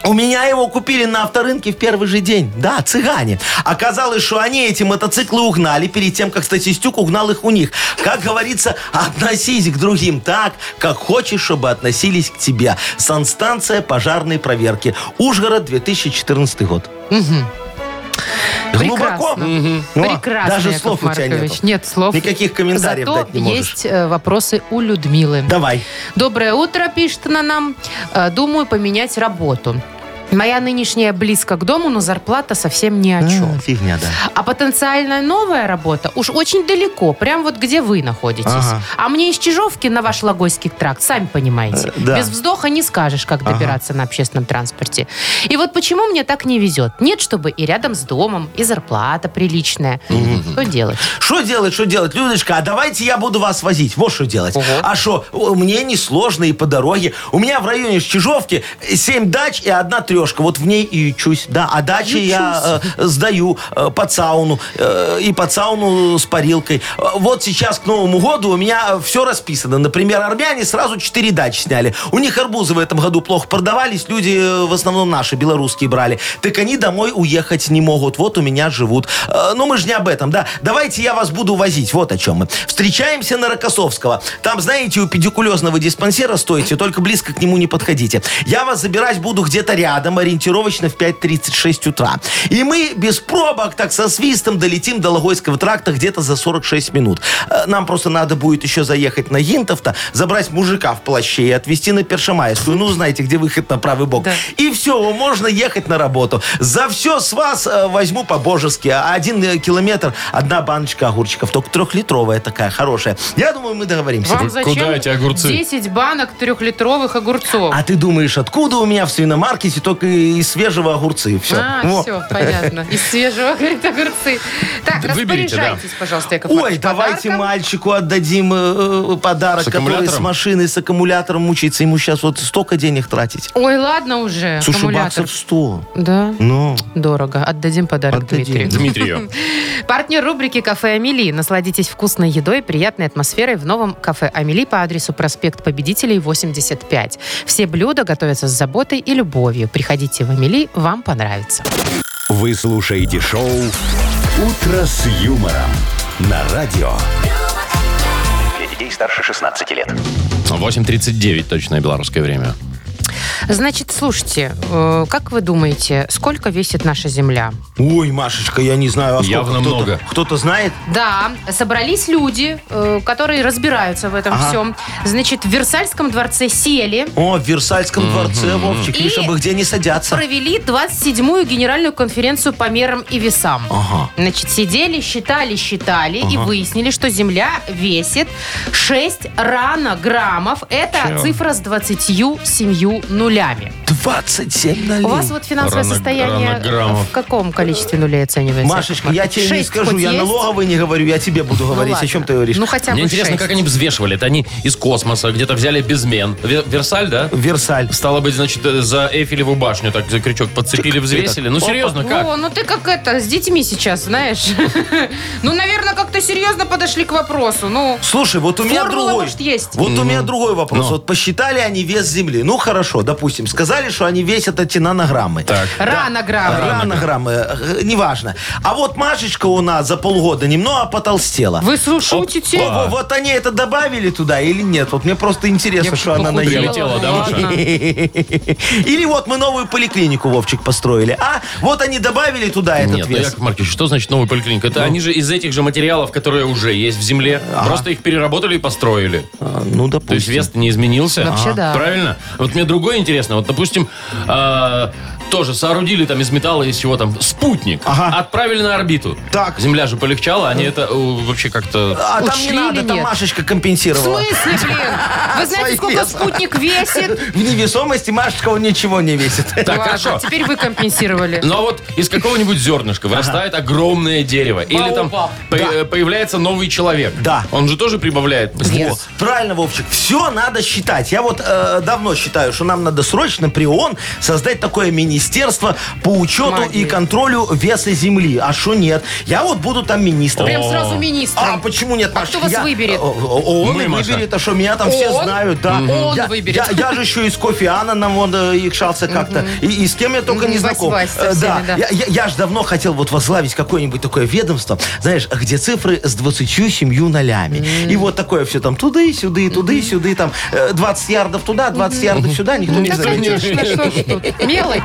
У меня его купили на авторынке в первый же день. Да, цыгане. Оказалось, что они эти мотоциклы угнали перед тем, как статистюк угнал их у них. Как говорится, относись к другим так, как хочешь, чтобы относились к тебе. Санстанция пожарной проверки. Ужгород, 2014 год. Глубоко. Прекрасно. О, Прекрасно, Ну, а Даже Яков слов у тебя Маркович. нет. Нет слов. Никаких комментариев Зато дать не можешь. есть э, вопросы у Людмилы. Давай. Доброе утро, пишет она нам. Э, Думаю поменять работу. Моя нынешняя близко к дому, но зарплата совсем ни о чем. А, Фигня, да. А потенциальная новая работа уж очень далеко, прям вот где вы находитесь. Ага. А мне из Чижовки на ваш Логойский тракт, сами понимаете. Э, да. Без вздоха не скажешь, как добираться на общественном транспорте. И вот почему мне так не везет? Нет, чтобы и рядом с домом, и зарплата приличная. Что делать? Что делать, что делать, Людочка? А давайте я буду вас возить. Вот что делать. А что, о, мне несложно и по дороге. У меня в районе с Чижовки 7 дач и одна трешка. Вот в ней и учусь. Да, а дачи я э, сдаю э, под сауну. э, и под сауну с парилкой. Э, Вот сейчас к Новому году у меня все расписано. Например, армяне сразу 4 дачи сняли. У них арбузы в этом году плохо продавались. Люди э, в основном наши, белорусские, брали. Так они домой уехать не могут. Вот у меня живут. Э, Но мы же не об этом, да. Давайте я вас буду возить. Вот о чем мы. Встречаемся на Рокоссовского. Там, знаете, у педикулезного диспансера стойте, только близко к нему не подходите. Я вас забирать буду где-то рядом, ориентировочно в 5.36 утра. И мы без пробок, так со свистом долетим до Логойского тракта где-то за 46 минут. Э, Нам просто надо будет еще заехать на Гинтов-то, забрать мужика в плаще и отвезти на Першамайскую. Ну, знаете, где выход на правый бок. И все, можно ехать на работу. За все с вас э, возьму по-божески. А Один э, километр, одна баночка огурчиков. Только трехлитровая такая, хорошая. Я думаю, мы договоримся. Вы куда эти огурцы? 10 банок трехлитровых огурцов? А ты думаешь, откуда у меня в свиномаркете чеснок и, и свежего огурцы. Все. А, все, понятно. Из свежего, говорит, огурцы. Так, Да выберите, да. распоряжайтесь, пожалуйста, Яков Ой, Маркович, давайте подарком. мальчику отдадим э, э, С подарок, который с аккумулятором? машиной, с аккумулятором мучается. Ему сейчас вот столько денег тратить. Ой, ладно уже, Слушай, аккумулятор. баксов 100. Да, Ну, дорого. Отдадим подарок Отдадим. Дмитрию. Дмитрию. Партнер рубрики «Кафе Амели». Насладитесь вкусной едой и приятной атмосферой в новом «Кафе Амели» по адресу проспект Победителей, 85. Все блюда готовятся с заботой и любовью. Приходите в «Амели», вам понравится. Вы слушаете шоу «Утро с юмором» на радио. Для детей старше 16 лет. 8.39 точное белорусское время. Значит, слушайте, э, как вы думаете, сколько весит наша Земля? ой, Машечка, я не знаю, а сколько? Явно кто-то, много. Кто-то знает? Да, собрались люди, э, которые разбираются в этом Ага. всем. Значит, в Версальском дворце сели, О, в Версальском дворце, Вовчик, И- лишь бы где не садятся. провели 27-ю генеральную конференцию по мерам и весам. Ага. Значит, сидели, считали, считали и выяснили, что Земля весит 6 ранограммов. Это Чё? цифра с 27 нулями. 27 У налей. вас вот финансовое Рано- состояние ранограммов. в каком количестве нулей оценивается? Машечка, я тебе не Шесть скажу, хоть я есть? налоговый не говорю, я тебе буду Ну говорить, о ладно. чем ты говоришь. Ну хотя бы Мне интересно, шесть. как они взвешивали. Это они из космоса где-то взяли безмен. Ве- Версаль, да? Версаль. Стало быть, значит, э, за Эйфелеву башню так за крючок подцепили, взвесили. Ну, серьезно, как? О, ну ты как это, с детьми сейчас, знаешь. Ну, наверное, как-то серьезно подошли к вопросу. Ну, Слушай, вот у меня Формула, другой. может, есть? Вот у меня другой вопрос. Ну. Вот посчитали они вес Земли. Ну хорошо, допустим, сказали, что они весят эти нанограммы. А, Так. ранограммы. Нанограммы, э, неважно. А вот Машечка у нас за полгода немного потолстела. Вы су- шутите? Во- А. во- Вот они это добавили туда или нет? Вот мне просто интересно, Я что она похудела. наела. Прилетела, да, Маша? Ладно. Или вот мы новую поликлинику, Вовчик, построили. А вот они добавили туда этот Нет, ну, вес. Яков Маркович, что значит новый поликлиник? Это они же из этих же материалов, которые уже есть в земле, просто их переработали и построили. А, ну, допустим. То есть вес не изменился. Вообще Ага. да. Правильно? Вот мне другое интересно. Вот, допустим, э, тоже соорудили там из металла, из чего там, спутник. Ага. Отправили на орбиту. Так. Земля же полегчала, они это э, вообще как-то... А там Учли не надо, или там нет? Машечка В компенсировала. смысле, блин? Вы знаете, Своих сколько весов. спутник весит? В невесомости Машечка он ничего не весит. Так, Ладно, хорошо. теперь вы компенсировали. Ну а вот из какого-нибудь зернышка вырастает огромное дерево. Или там Баобаб. по- э, появляется новый человек. Да. Он же тоже прибавляет. Во, правильно, Вовчик. Все надо считать. Я вот э, давно считаю, что нам надо срочно при ООН создать такое министерство по учету и контролю веса Земли. А что нет? Я вот буду там министром. Прям сразу А министром. почему нет, А Машечка? кто вас Я- э, выберет? О- о- ООН Мы, и Маша. выберет, а что меня там все ООН? знают, да. Мгм. Он Я- выберет. Я, я же еще и с Кофе Аннаном вон, э, якшался как-то. И, и с кем я только не Мгм, знаком. вась-вась со Э, всеми, да. да. Я, я- я ж давно хотел вот возглавить какое-нибудь такое ведомство, знаешь, где цифры с 27 нолями. И вот такое все там туды, сюды, туды, сюды, там э, 20 ярдов туда, 20 ярдов сюда, никто не Да, заметит. конечно, что ж тут. Мелочь.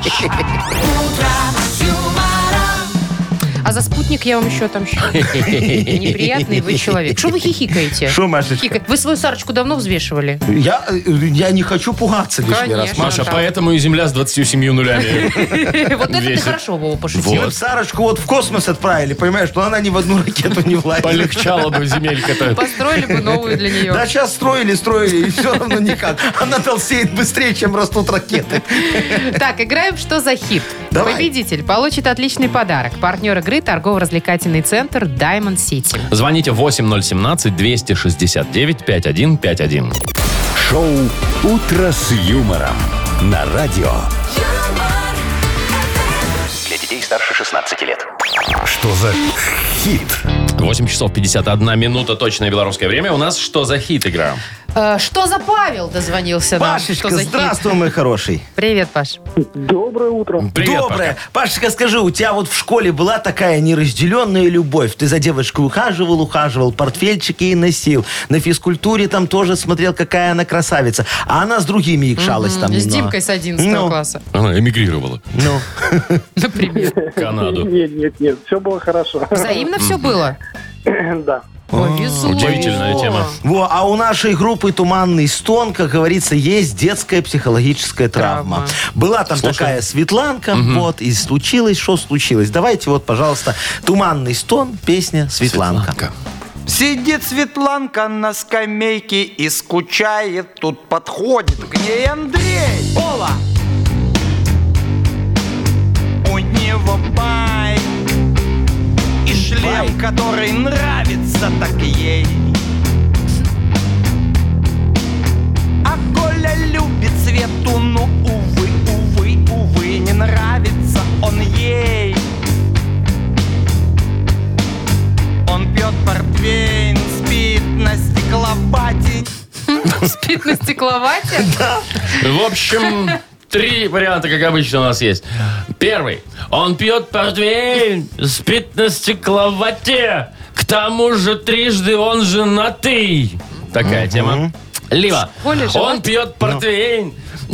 А за спутник я вам еще там щ- Неприятный вы человек. Что вы хихикаете? Шо, Машечка? Хихика- Вы свою Сарочку давно взвешивали? Я, э, я не хочу пугаться лишний раз. Конечно. Маша, так. поэтому и Земля с 27 нулями. Вот это ты Весит. хорошо, Вова, Мы пошутил. б Сарочку вот в космос отправили, понимаешь, что она ни в одну ракету не влазит. Полегчало бы земелька-то. Построили бы новую для нее. Да сейчас строили, строили, и все равно никак. Она толстеет быстрее, чем растут ракеты. Так, играем «Что за хит?». Давай. Победитель получит отличный подарок. Партнер игры – торгово-развлекательный центр «Diamond City». Звоните 8017-269-5151. Шоу «Утро с юмором» на радио. юмор, Для детей старше 16 лет. Что за хит? 8 часов 51 минута, точное белорусское время. У нас что за хит игра? Э, что за Павел дозвонился нам? Пашечка, Что за хит? здравствуй, мой хороший. Привет, Паш. Доброе утро. Привет, Доброе. Пашечка, скажи, у тебя вот в школе была такая неразделенная любовь. Ты за девочкой ухаживал, ухаживал, портфельчики и носил. На физкультуре там тоже смотрел, какая она красавица. А она с другими икшалась там С немного. Димкой с 11 Ну. класса, Пока. Она эмигрировала Ну, например. в Канаду. Нет, нет, нет, все было хорошо. Взаимно все было? Да. Повезло. Удивительная тема. Во, а у нашей группы «Туманный стон», как говорится, есть детская психологическая травма. Травма. Была там Слушаем. такая Светланка, вот, и случилось, что случилось. Давайте вот, пожалуйста, «Туманный стон», песня «Светланка». Сидит Светланка на скамейке и скучает. Тут подходит к ней Андрей. Ола! который нравится так ей. А Коля любит Свету, но увы, увы, увы, не нравится он ей. Он пьет портвейн, спит на стекловате. Спит на стекловате? В общем, три варианта, как обычно, у нас есть. Первый. Он пьет портвейн, спит на стекловате. К тому же трижды он женатый. Такая тема. Либо Коля он женат? пьет портвейн,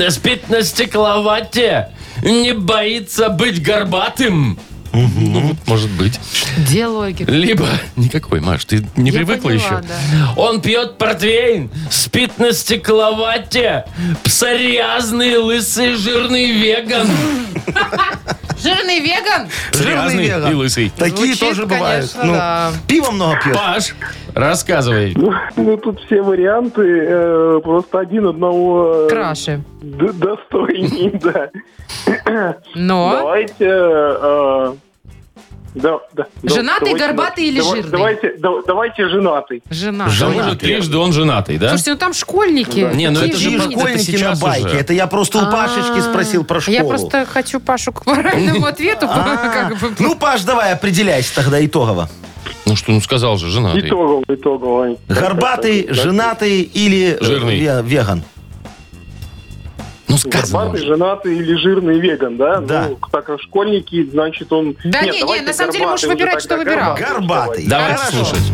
спит на стекловате, не боится быть горбатым. Ну, вот, может быть. Где логика? Либо... Никакой, Маш, ты не Я привыкла поняла, еще? да. Он пьет портвейн, спит на стекловате, псориазный, лысый, жирный веган. Жирный веган? Псориазный веган. и лысый. Такие Звучит, тоже бывают. конечно, да. Ну, пиво много пьет. Паш, рассказывай. Ну, ну, тут все варианты, э, просто один одного э, Краши. д- достойней, да. Но Давайте... э, да, да, да, Женатый, Ну, давайте, горбатый да, или дава- жирный? Давайте, да- давайте женатый. жена. К тому же трижды он женатый, да? Слушайте, ну там школьники. Не, ну Какие это же Такие жены? портвейн. это школьники на сейчас байке. уже. Это я просто у Пашечки спросил про школу. А, Я просто хочу Пашу к правильному ответу. А, как бы. Ну, Паш, давай определяйся тогда итогово. Ну что, ну сказал же, женатый. Итоговый, итоговый. Горбатый, женатый или э, Жирный. ве- веган? Ну сказано Горбатый, уже. женатый или жирный веган, да? Да. Ну, так как школьники, значит, он... Да не, не, давайте на самом деле можешь горбатый уже выбирать, тогда, что выбирал. горбатый. Горбатый. Давайте Хорошо. слушать.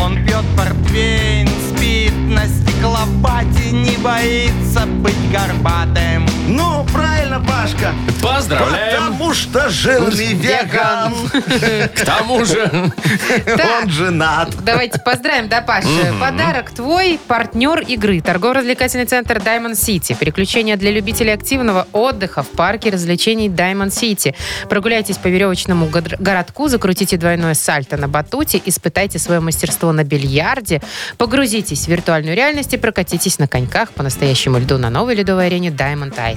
Он пьет портвейн, спит на стеклопате, не боится быть горбатым. Ну, правильно, Пашка. Поздравляем! Потому что жирный веган, К тому же... он женат. Давайте поздравим, да, Паша? Подарок твой, партнер игры. Торгово-развлекательный центр Diamond City. Приключения для любителей активного отдыха в парке развлечений Diamond City. Прогуляйтесь по веревочному год- городку, закрутите двойное сальто на батуте, испытайте свое мастерство на бильярде, погрузитесь в виртуальную реальность и прокатитесь на коньках по настоящему льду на новой ледовой арене Diamond Ice.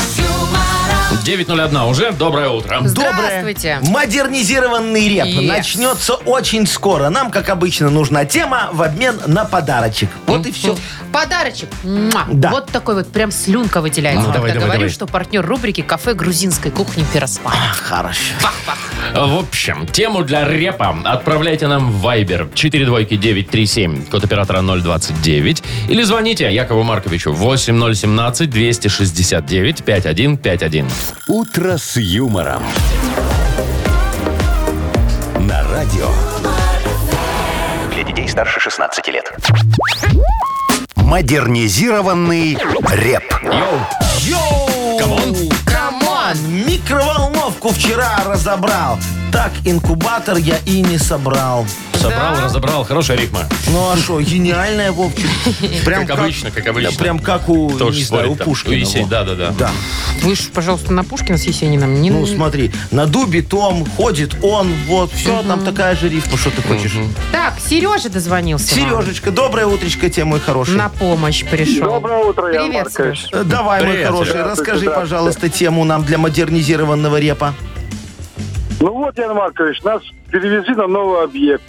9.01 уже. Доброе утро. Здравствуйте. Модернизированный реп Yes. начнется очень скоро. Нам, как обычно, нужна тема в обмен на подарочек. Вот и все. Подарочек. Муа. Да. Вот такой вот прям слюнка выделяется, Ну, когда давай, давай, говорю, давай. что партнер рубрики «Кафе грузинской кухни Пироспа». Хорошо. В общем, тему для репа отправляйте нам в Viber 42937, код оператора 029. Или звоните Якову Марковичу 8017-269-5151. «Утро с юмором». На радио Для детей старше 16 лет. «Модернизированный реп». Йоу! Камон! Микроволновку вчера разобрал. Так инкубатор я и не собрал. Собрал, разобрал. Хорошая рифма. Ну а что, гениальная, Вовчик. Прям Как обычно, как обычно. Да, прям как у, Кто ж не знаю, у спорит там? У Пушкина. Есени- во. да-да-да. Да. Вы ж, пожалуйста, на Пушкина с Есениным не... Ну, смотри, на дубе том, ходит он, вот, все, там такая же рифма, что ты хочешь. Так, Сережа дозвонился вам. Сережечка, доброе утречко тебе, мой хороший. На помощь пришел. Доброе утро, я Привет, Маркович. Сереж. Э, Давай, Привет, мой хороший, Сереж. расскажи, Здравствуйте. пожалуйста, тему нам для модернизированного репа. Ну вот, Ян Маркович, нас перевезли на новый объект.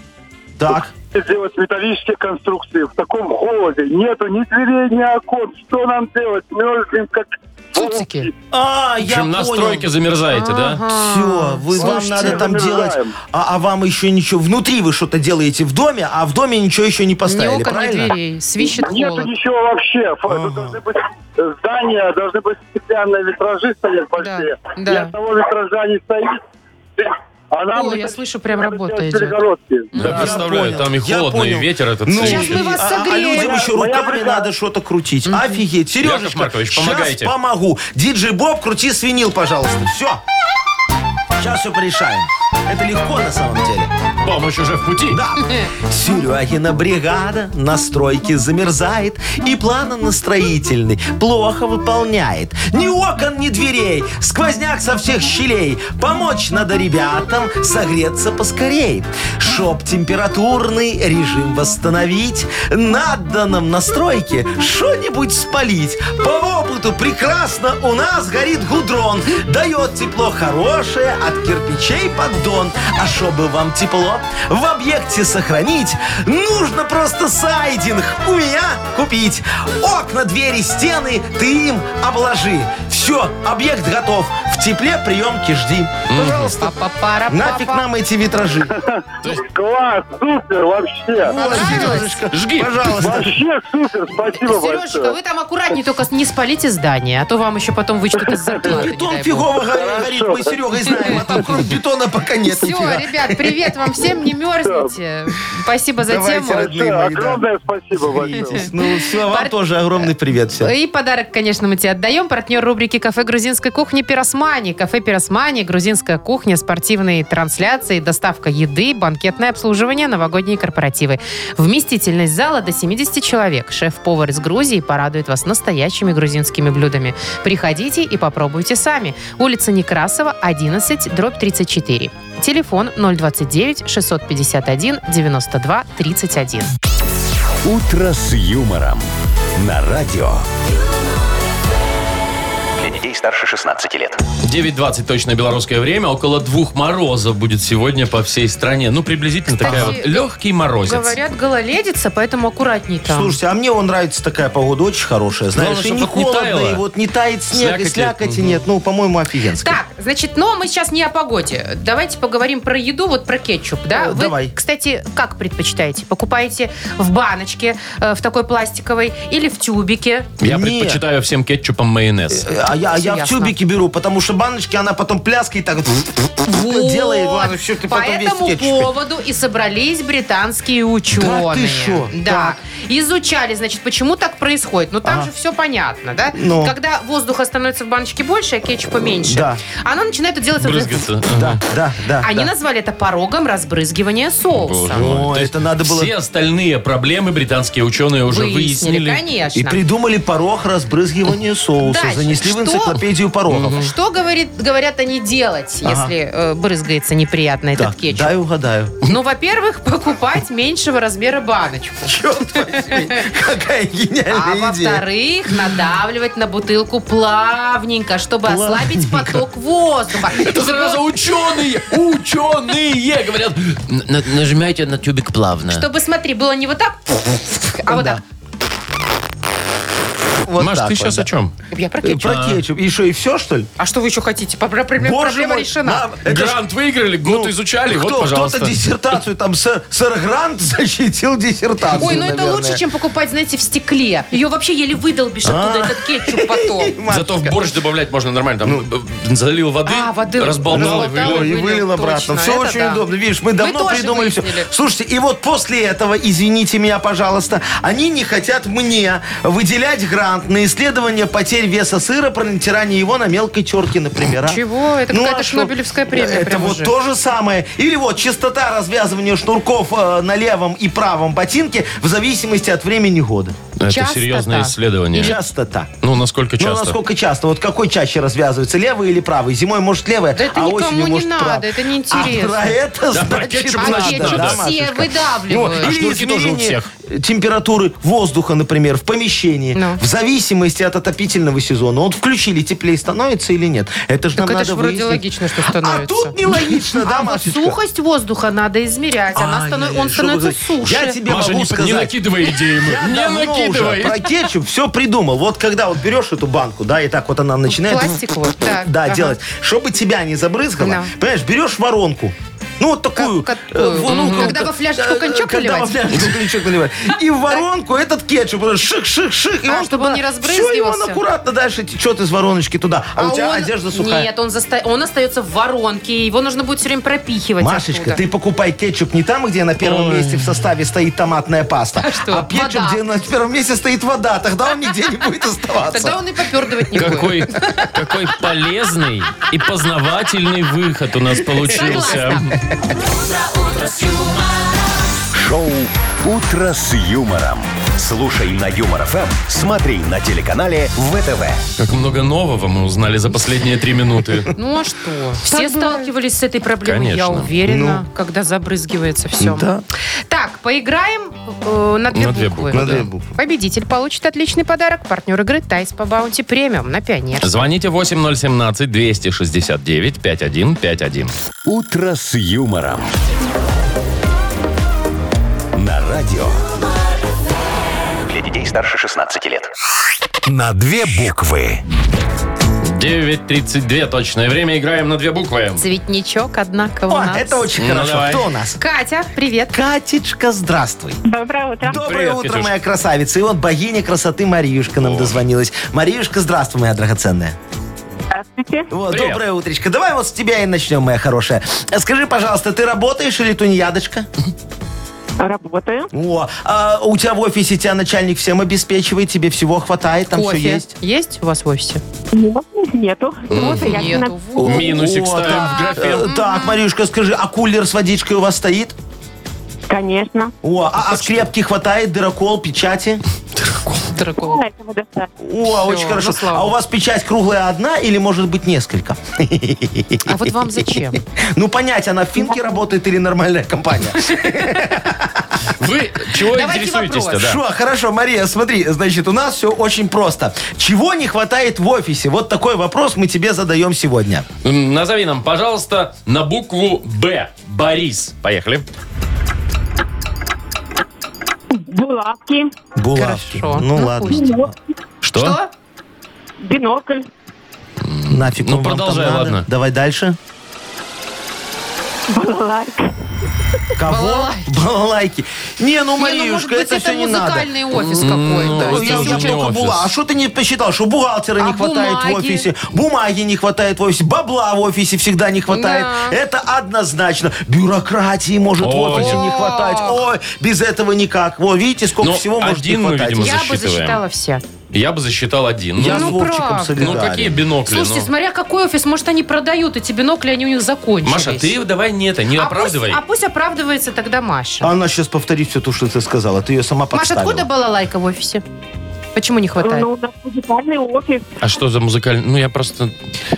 Так. Делать металлические конструкции в таком холоде. Нету ни дверей, ни окон. Что нам делать? Мерзнем как... Цуцики. А, В я общем, на понял. стройке замерзаете, да? Все, вы, вам Слушайте. надо там делать, Замерзаем. а, а вам еще ничего, внутри вы что-то делаете в доме, а в доме ничего еще не Ни поставили, окон, ни правильно? дверей. Свищет Нету холод. ничего вообще. Ф- тут Должны быть э, здания, должны быть специальные витражи стоят большие. да. И от того витража не стоит. А нам Ой, я это- слышу, прям это работа делать идет. перегородки. Да, Я представляю, понял, там и я холодно, и понял. ветер этот Ну, свищет. Сейчас мы вас а- А, согреем. людям еще Моя руками бригада. надо что-то крутить. Офигеть. Сережечка, Маркович, щас помогайте. помогу. Диджей Боб, крути свинил, пожалуйста. Все. Сейчас все порешаем. Это легко на самом деле. Помощь уже в пути. Да. Серегина бригада на стройке замерзает и плана настроительный плохо выполняет. Ни окон, ни дверей, сквозняк со всех щелей. Помочь надо ребятам согреться поскорей. Шоп температурный, режим восстановить. Надо нам на стройке что-нибудь спалить. По опыту прекрасно у нас горит гудрон. Дает тепло хорошее от кирпичей поддон. А чтобы вам тепло в объекте сохранить, нужно просто сайдинг у меня купить. Окна, двери, стены ты им обложи. Все, объект готов. В тепле приемки жди. Пожалуйста. Па-па-пара-па-па. Нафиг нам эти витражи. Класс, супер, вообще. Вот, Понравилось? Сережечка, Жги. Пожалуйста. Вообще супер, спасибо Сережечка, большое. вы там аккуратнее только не спалите здание, а то вам еще потом вычтут из зарплаты. Бетон фигово го- горит, мы с Серегой знаем, а там кроме бетона пока нет Все, нифига. ребят, привет вам всем, не мерзните. Спасибо за Давайте, тему. родные Большое, мои, да. Огромное спасибо большое. Ну все, вам Пар- тоже огромный привет всем. И подарок, конечно, мы тебе отдаем. Партнер рубрики «Кафе грузинской кухни» «Пиросмани». Кафе «Пиросмани», грузинская кухня, спортивные трансляции, доставка еды, банкетное обслуживание, новогодние корпоративы. Вместительность зала до 70 человек. Шеф-повар из Грузии порадует вас настоящими грузинскими блюдами. Приходите и попробуйте сами. Улица Некрасова, 11, дробь 34. Телефон 029 651 92 31. «Утро с юмором» на радио. Для детей старше 16 лет. 9.20 точно белорусское время. Около двух морозов будет сегодня по всей стране. Ну, приблизительно Кстати, такая вот легкий морозец. Говорят, гололедица, поэтому аккуратней там. Слушайте, а мне он нравится такая погода, очень хорошая, знаешь, Главное, и чтоб не вот не холодно, таяло. и вот не тает снег, и Слякоти. слякоти Мгм. нет. Ну, по-моему, офигенски. Так, значит, но мы сейчас не о погоде. Давайте поговорим про еду, вот про кетчуп, да? Э, Вы, давай. кстати, как предпочитаете? Покупаете в баночке, э, в такой пластиковой, или в тюбике? Я Нет. предпочитаю всем кетчупом майонез. Э, А я, а я в Ясно. тюбике беру, потому что баночки, она потом пляской так Вот. делает, ладно, всё, ты По потом весь в этому кетчупе. поводу и собрались британские ученые. Да ты шо? Да. Изучали, значит, почему так происходит. Ну, там же все понятно, да? Ну. Когда воздуха становится в баночке больше, а кетчупа меньше, Да. она начинает это делать... вот это- Брызгаться. Да, да, да. Они да. назвали это порогом разбрызгивания Боже соуса. О, То есть это надо было... Все остальные проблемы британские ученые уже выяснили. конечно. И придумали порог разбрызгивания соуса. Дальше. Занесли Что? в энциклопедию порогов. Что говорит, говорят они делать, Ага. если э, брызгается неприятно этот Так, кетчуп? дай угадаю. Ну, во-первых, покупать меньшего размера баночку. Черт возьми, какая А гениальная идея. во-вторых, надавливать на бутылку плавненько, чтобы ослабить поток воздуха. Это сразу ученые! Ученые! Говорят, «Н- на- нажимайте на тюбик плавно. Чтобы, смотри, было не вот так, а вот так. Вот Маш, так ты вот, сейчас да. о чем? Я про Э, кетчуп. Про кетчуп. И что, и все, что ли? А что вы еще хотите? Про- про- Проблема проблема решена. мам, это ж ну, Грант выиграли, год ну, изучали, Кто, вот, пожалуйста. Кто-то диссертацию, там, сэр, сэр Грант защитил диссертацию, Ой, ну это наверное. лучше, чем покупать, знаете, в стекле. Ее вообще еле выдолбишь А? оттуда этот кетчуп потом. Зато в борщ добавлять можно нормально. Ну. Там э, залил воды, А, воды разболтал и вылил. разболтал. Ой, Ну, и вылил, вылил обратно. точно, Все это очень да. удобно. Видишь, мы Мы давно тоже придумали все. выяснили. Слушайте, и вот после этого, извините меня, пожалуйста, они не хотят мне выделять грант на исследование потерь веса сыра про натирание его на мелкой терке, например. а? Чего? Это Ну, какая-то а ж что? Нобелевская премия Это прям вот уже. то же самое. Или вот частота развязывания шнурков э, на левом и правом ботинке в зависимости от времени года. Это Часто серьезное так. исследование. Частота. Ну, насколько Ну, часто? насколько часто? Вот какой чаще развязывается, левый или правый? Зимой, может, левая, Да это а никому осенью, не может, надо, правая. это неинтересно. А про это, Да, про значит, кетчуп, А надо, кетчуп да, все Машечка? Ну, выдавливают. А или шнурки тоже у изменение всех. температуры воздуха, например, в помещении, Ну. в зависимости от отопительного сезона. Вот включили, теплее становится или нет. Это же Так нам это надо ж вроде выяснить. логично, что становится. А тут нелогично, да, А вот Машечка? сухость воздуха надо измерять. Она Ай, станов- ай, ай, Он что становится вы говорите? суше. Я тебе Маша, могу не, не сказать. накидывай идеи ему. Не давно уже накидывай. про кетчуп все придумал. Вот когда вот берешь эту банку, да, и так вот она начинает... Пластик вот, так, Да, ага. делать. Чтобы тебя не забрызгало, Да. понимаешь, берешь воронку, Ну, вот такую. Как- э, какую? во- ну, Мгм. как- Когда во фляжечку э, коньячок когда во наливать? фляжечку коньячок наливать. И в воронку этот кетчуп. он Шик-шик-шик. и А, он чтобы он туда- не Все, и он разбрызгивался. аккуратно дальше течет из вороночки туда. А, у тебя он- одежда сухая. Нет, он, заста- он остается в воронке, его нужно будет все время пропихивать. Машечка, оттуда. ты покупай кетчуп не там, где на первом месте в составе стоит томатная паста, а, что, кетчуп, вода. где на первом месте стоит вода. Тогда он нигде не будет Тогда оставаться. он и попердывать не будет. Какой, какой полезный и познавательный выход у нас получился. Согласна. Шоу «Утро с юмором». Слушай на Юмор ФМ, смотри на телеканале ВТВ. Как много нового мы узнали за последние три минуты. Ну а что? Все сталкивались с этой проблемой, я Конечно. уверена, когда забрызгивается все. Ну. Да. Так, поиграем э, на две На две буквы. буквы, На две буквы. Победитель получит отличный подарок. Партнер игры Тайс по баунти премиум на пионер. Звоните 8017-269-5151. «Утро с юмором». На радио. Для детей старше 16 лет. На две буквы. 9.32 точное время. Играем на две буквы. Цветничок, однако, у О, нас. это очень Ну, хорошо. давай. Кто у нас? Катя, привет. Катечка, здравствуй. Доброе утро. Доброе Привет, утро, Катюш. моя красавица. И вот богиня красоты Мариюшка нам дозвонилась. Мариюшка, здравствуй, моя драгоценная. Здравствуйте. Вот, Привет. доброе утречко. Давай вот с тебя и начнем, моя хорошая. Э, Скажи, пожалуйста, ты работаешь или тунеядочка? Работаю. О, а у тебя в офисе тебя начальник всем обеспечивает, тебе всего хватает, там Кофе. все есть? у вас в офисе? Нет, нету. Вот и я Нету. на- Вот. Минусик О, ставим так, в графе. э, Так, Марюшка, скажи, а кулер с водичкой у вас стоит? Конечно. О, а, а скрепки хватает, дырокол, печати? Дорогого. Да, Этого достаточно. О, очень ну, хорошо. слава а у богу. вас печать круглая одна или, может быть, несколько? А вот вам зачем? Ну, понять, она в финке работает или нормальная компания. Вы чего Давайте интересуетесь-то? вопрос. да? Шо, хорошо, Мария, смотри, значит, у нас все очень просто. Чего не хватает в офисе? Вот такой вопрос мы тебе задаем сегодня. М, Назови нам, пожалуйста, на букву Б. Борис. Поехали. Булавки, Булавки. Хорошо. Ну, Ну, ладно. пусть. Что? Что? бинокль, Нафиг Ну, он вам там продолжай, надо? ладно. Давай дальше. балалайка. Кого? Балалайки. Балалайки. Не, ну, Не, ну, может Мариюшка, быть, это все не надо. музыкальный офис Ну, какой-то. Я это Здесь уже уже не очень- только офис. была. А что ты не посчитал, что бухгалтера не А хватает в бумаги? офисе, бумаги не хватает в офисе, бабла в офисе всегда не хватает. Да. Это однозначно. Бюрократии может в Ой. офисе не хватать. Ой, без этого никак. Во, видите, сколько Ну, всего может не один мы, хватать. видимо, Я бы засчитываем. засчитала все. Я бы засчитал один. Я ну, с Ну, Вовчиком правда. ну, солидарен. какие бинокли? Слушайте, ну? смотря какой офис, может, они продают эти бинокли, они у них закончились. Маша, ты давай не это, не а оправдывай. Пусть, а пусть оправдывается тогда Маша. А Она сейчас повторит все то, что ты сказала. Ты ее сама Маша, А, подставила. откуда была лайка в офисе? Почему не хватает? Ну, у нас музыкальный офис. А что за музыкальный? Ну, я просто...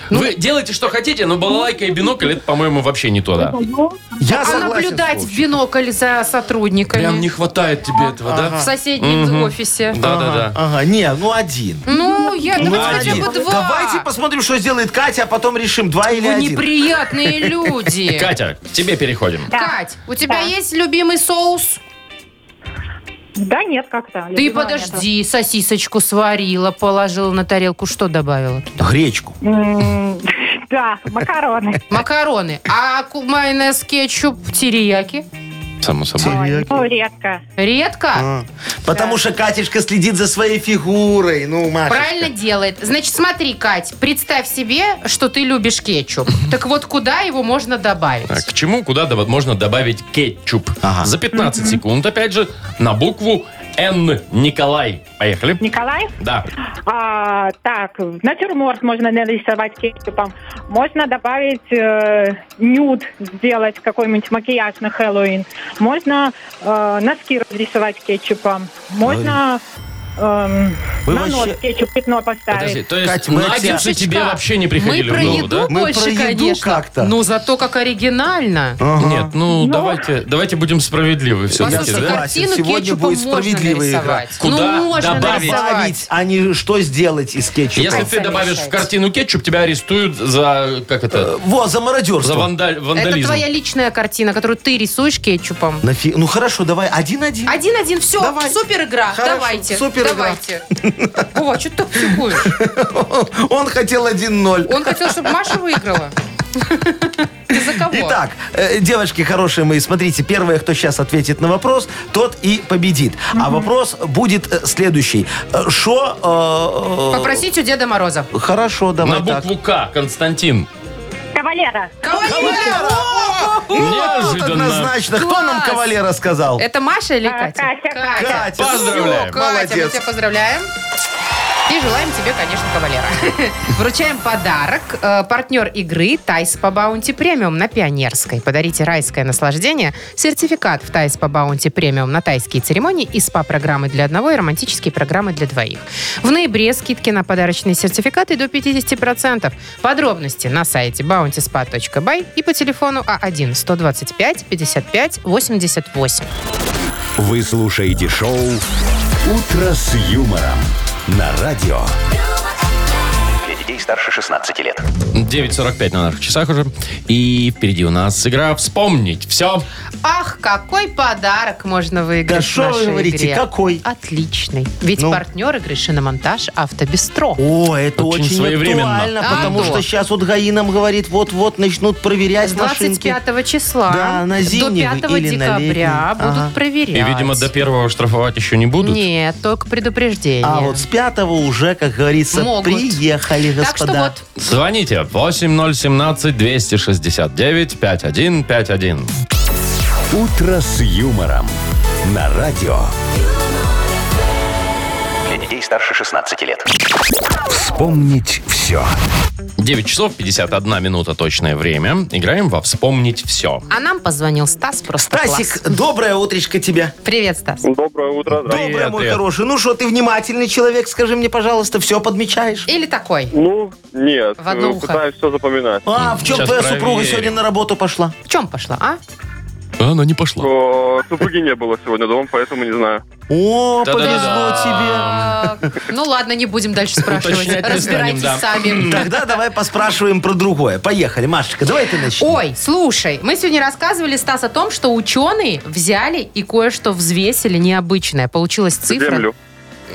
Ну, Вы делаете, что хотите, но балалайка и бинокль, это, по-моему, вообще не то, Ну, да? Даем. Я а согласен с наблюдать в Вовчиком. бинокль за сотрудниками Прям не хватает тебе этого, в да? соседнем Мгм. офисе. Да-да-да. Ага, не, ну один. Ну, я Ну, давайте один. хотя бы два. Ну, Давайте посмотрим, что сделает Катя, а потом решим, два или Вы один. неприятные люди. Катя, к тебе переходим. Кать, у тебя Да. есть любимый соус? Да нет, как-то. Ты Любимого подожди, сосисочку сварила, положила на тарелку. Что добавила? Гречку. нету. М, Да, макароны. Макароны. А ку- майонез, кетчуп, терияки? Само собой. Ой, ну, редко. Редко? А. Потому что Катюшка следит за своей фигурой. Ну, Машечка. Правильно делает. Значит, смотри, Кать, представь себе, что ты любишь кетчуп. Так вот, куда его можно добавить? Так, А, К чему, куда доб- можно добавить кетчуп? Ага. За 15 секунд, опять же, на букву Н. Николай. Поехали. Николай, Да. а, так, натюрморт можно нарисовать кетчупом. Можно добавить э, нюд, сделать какой-нибудь макияж на Хэллоуин. Можно э, носки разрисовать кетчупом. Можно эм, Вы на вообще- нос кетчуп пятно Подожди, поставить. то есть Кать, мы наггетсы от Машечка, тебе вообще не приходили Мы про в голову, еду да? Мы больше, про еду конечно. как-то. Ну, зато как оригинально. Ага. Нет, ну Ну. давайте, давайте будем справедливы все-таки, Послушай, да? согласен. картину Сегодня кетчупом будет справедливая можно игра. нарисовать. Куда ну, можно добавить? Добавить, нарисовать. а не что сделать из кетчупа. Если ты Сами добавишь в решайте. картину кетчуп, тебя арестуют за, как это, Э, Во, за мародерство. за вандаль- Это вандализм. твоя личная картина, которую ты рисуешь кетчупом. На фи- Ну, хорошо, давай один-один. Один-один, все, Давай. супер игра, Хорошо, давайте, супер игра. давайте. О, что ты так психуешь? Он хотел 1-0. Он хотел, чтобы Маша выиграла. Ты за кого? Итак, э, девочки хорошие мои, смотрите, первое, кто сейчас ответит на вопрос, тот и победит. А вопрос будет э, следующий. Э, Шо... э, э, Попросить у Деда Мороза. Хорошо, На давай так. букву К, Константин. Кавалера. Кавалера! О, вот Неожиданно. однозначно. Кто нам Класс. кавалера сказал? Это Маша или А, Катя? Катя, Катя. Катя. Поздравляем. Всё, Катя, мы Молодец. тебя поздравляем. И желаем тебе, конечно, кавалера. Вручаем подарок. Э, Партнер игры Тайс по Баунти Премиум на Пионерской. Подарите райское наслаждение. Сертификат в Тайс по Баунти Премиум на тайские церемонии и СПА-программы для одного и романтические программы для двоих. В ноябре скидки на подарочные сертификаты до 50%. Подробности на сайте bountyspa.by и по телефону А А1-125-55-88. Вы слушаете шоу «Утро с юмором» на радио. Для детей старше 16 лет. 9.45 на наших часах уже. И впереди у нас игра «Вспомнить все». Ах, какой подарок можно выиграть Да в что нашей вы говорите, игре. какой? Отличный. Ведь Ну. партнер игры «Шиномонтаж Автобестро». О, это Очень очень, своевременно. актуально, А, потому да. что сейчас вот ГАИ нам говорит, вот-вот начнут проверять С машинки. 25 числа Да, на зимний вы до 5 или на декабря летний? будут Ага. проверять. И, видимо, до первого штрафовать еще не будут. Нет, только предупреждение. А вот с пятого уже, как говорится, Могут. приехали, так что господа. вот, Звоните 8017-269-5151. «Утро с юмором» на радио. Для детей старше 16 лет. Вспомнить все. 9 часов 51 минута точное время. Играем во «Вспомнить все». а нам позвонил Стас просто Тасик, класс. доброе утречко тебе. Привет, Стас. Доброе утро. здравствуйте. Доброе, мой привет. хороший. Ну что, ты внимательный человек, скажи мне, пожалуйста, все подмечаешь? Или такой. Ну, нет. В одно э, ухо. Пытаюсь все запоминать. А, в чем Сейчас твоя проверим. супруга сегодня на работу пошла? В чем пошла, а? Она не пошла. Э, Супруги не было сегодня дома, поэтому не знаю. О, повезло Та-да-да. Так, Ну ладно, не будем дальше спрашивать. Уточнять не Разбирайтесь станем, да. тебе. сами. Тогда давай поспрашиваем про другое. Поехали, Машечка, давай ты начни. Ой, слушай, мы сегодня рассказывали, Стас, о том, что ученые взяли и кое-что взвесили необычное. Получилась цифра Землю.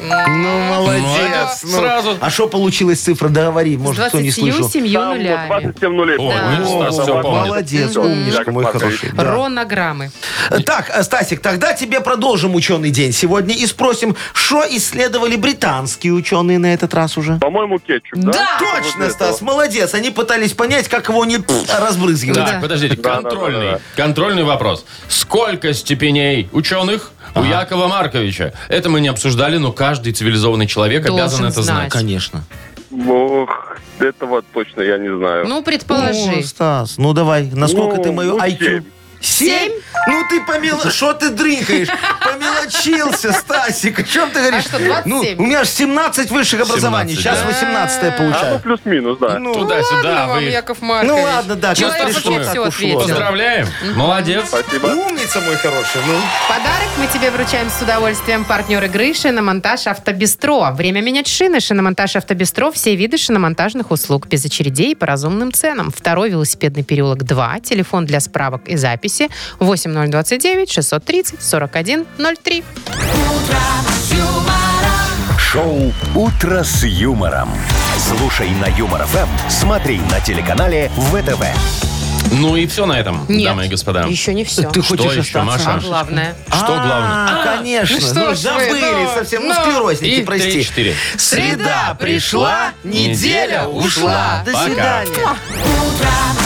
Ну, молодец. Молодец, сразу. А что получилось цифра? Договори, с может, кто не слышал. 27 Там вот нулями. 27 нулей. Ой, по-моему. ну, Стас О, всё вот помнит. молодец, Мгм. умнишка мой Яков хороший. да. Ронограммы. Так, э, Стасик, тогда тебе продолжим ученый день сегодня и спросим, что исследовали британские ученые на этот раз уже? По-моему, кетчуп, да? Да! Вот Точно, это Стас, вот. молодец. Они пытались понять, как его не пф, Так, разбрызгивать. Да. подождите, Да, да, контрольный, да, да. контрольный вопрос. Сколько степеней ученых у Якова Марковича? Это мы не обсуждали, но каждый цивилизованный человек Должен обязан это знать. знать. Конечно. Ох, этого точно я не знаю. Ну, О, предположи. Стас, ну давай, насколько Ну, ты мою ну, IQ? семь. Семь? Ну ты помел... Что ты дрынкаешь? Помелочился, Стасик. О чем ты говоришь? А что, 27? Ну, у меня же 17 высших образований. 17, Сейчас да. 18 А, ну, получаю. плюс-минус, да. Ну, Туда-сюда. Ладно вам, вы- Яков Маркович. Ну ладно, да, Человек как вообще пришло, все так ушло. ответил. Поздравляем. Молодец. Спасибо. Умница, мой хороший. Ну. Подарок мы тебе вручаем с удовольствием. Партнер игры «Шиномонтаж Автобестро». Время менять шины. «Шиномонтаж Автобестро» – все виды шиномонтажных услуг без очередей и по разумным ценам. Второй велосипедный переулок 2. Телефон для справок и записи 8029 630 4103. Шоу «Утро с юмором». Слушай на Юмор ФМ, смотри на телеканале ВТВ. Ну и все на этом, Нет, дамы и господа. Еще не все. Ты Что хочешь еще, остаться? А Маша? главное. Что главное? А, конечно. ну что Ну, ж вы, забыли ну, совсем. Ну, ну. склерозники, И прости. 3-4. Среда пришла, неделя ушла. До Пока. свидания. Муа.